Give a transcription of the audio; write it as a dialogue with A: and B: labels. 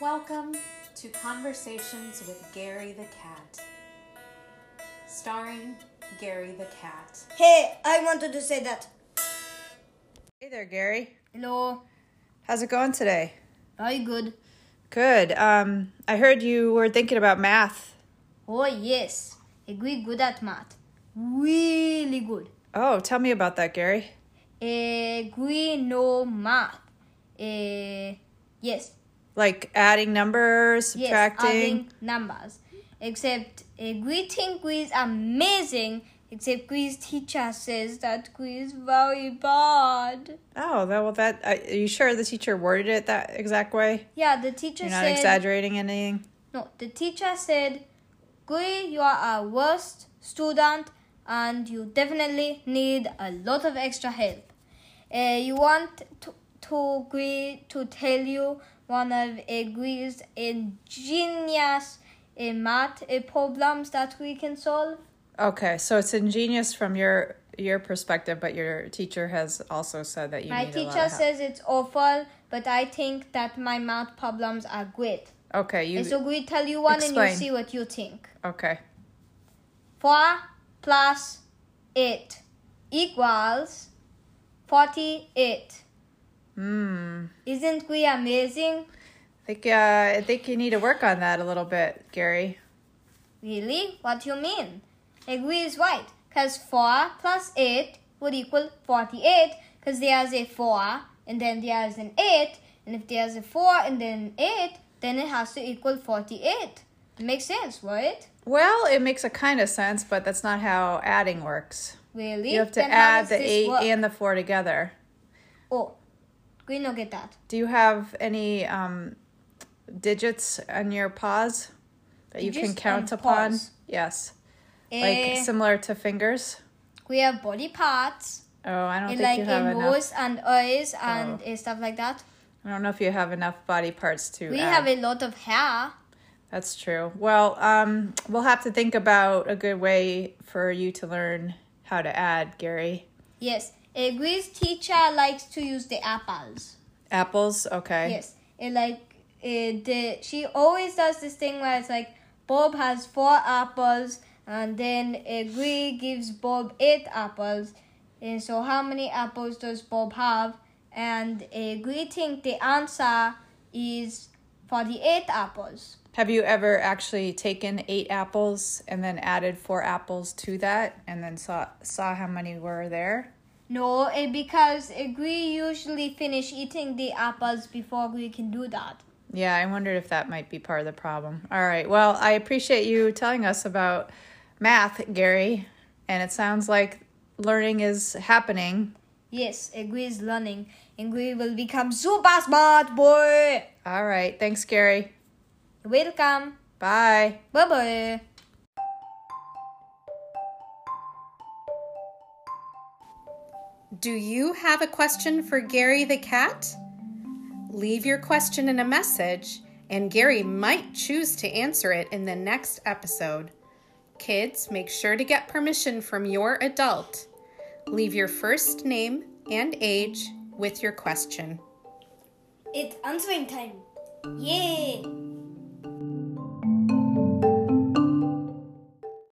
A: Welcome to Conversations with Gary the Cat, starring Gary the Cat.
B: Hey, I wanted to say that.
C: Hey there, Gary.
B: Hello.
C: How's it going today?
B: Are you good?
C: Good. Um, I heard you were thinking about math.
B: Oh yes. We good at math. Really good.
C: Oh, tell me about that, Gary.
B: Eh, we know math. Eh, yes.
C: Like adding numbers,
B: Yes.
C: subtracting.
B: Adding numbers. Except eh, we think we is amazing. Except quiz teacher says that quiz very bad.
C: Oh, that well, that I- are you sure the teacher worded it that exact way?
B: Yeah, the teacher
C: You're not
B: said.
C: exaggerating anything.
B: No, the teacher said, Gui, you are a worst student and you definitely need a lot of extra help. Uh, you want to, to Gui to tell you one of uh, Gui's ingenious uh, math uh, problems that we can solve?
C: Okay, so it's ingenious from your your perspective, but your teacher has also said that you.
B: My
C: need a lot
B: teacher
C: of help.
B: says it's awful, but I think that my math problems are great. Eh,
C: Okay, you.
B: so Gui, tell you one and
C: Explain.
B: you see what you think.
C: okay.
B: 4 plus 8 equals 48.
C: Hmm.
B: Isn't we amazing?
C: I think uh, I think you need to work on that a little bit, Gary.
B: Really? What you mean? Agree is right, because 4 plus 8 would equal 48, because there's a 4, and then there's an 8, and if there's a 4 and then an 8, then it has to equal 48. Makes sense, right?
C: Well, it makes a kind of sense, but that's not how adding works.
B: Really?
C: You have to
B: Then how
C: add
B: does
C: the
B: this
C: eight
B: work?
C: and the four together.
B: Oh, we no get that.
C: Do you have any um, digits on your paws that you can
B: Digits
C: count
B: on
C: upon?
B: paws.
C: Yes,
B: Eh,
C: like similar to fingers.
B: we have body parts
C: Oh, I don't
B: in
C: think
B: Eh, like
C: you have
B: in
C: enough. Oh.
B: nose and eyes and uh, stuff like that.
C: I don't know if you have enough body parts to.
B: We
C: add.
B: have a lot of hair.
C: That's true. Well, um, we'll have to think about a good way for you to learn how to add, Gary.
B: Yes, a Greek teacher likes to use the apples.
C: Apples, okay.
B: Yes, it like it, the she always does this thing where it's like Bob has four apples and then a Greek gives Bob eight apples. And so how many apples does Bob have? And a Greek think the answer is forty-eight apples.
C: Have you ever actually taken eight apples and then added four apples to that and then saw saw how many were there?
B: No, eh, because eh, we usually finish eating the apples before we can do that.
C: Yeah, I wondered if that might be part of the problem. All right. Well, I appreciate you telling us about math, Gary, and it sounds like learning is happening.
B: Yes, eh, we is learning, and we will become super smart boy.
C: All right. Thanks, Gary.
B: Welcome,
C: Bye.
B: bye bye.
A: Do you have a question for Gary the Cat?
D: Leave your question in a message, and Gary might choose to answer it in the next episode. Kids, make sure to get permission from your adult. Leave your first name and age with your question.
B: It's answering time. Yay!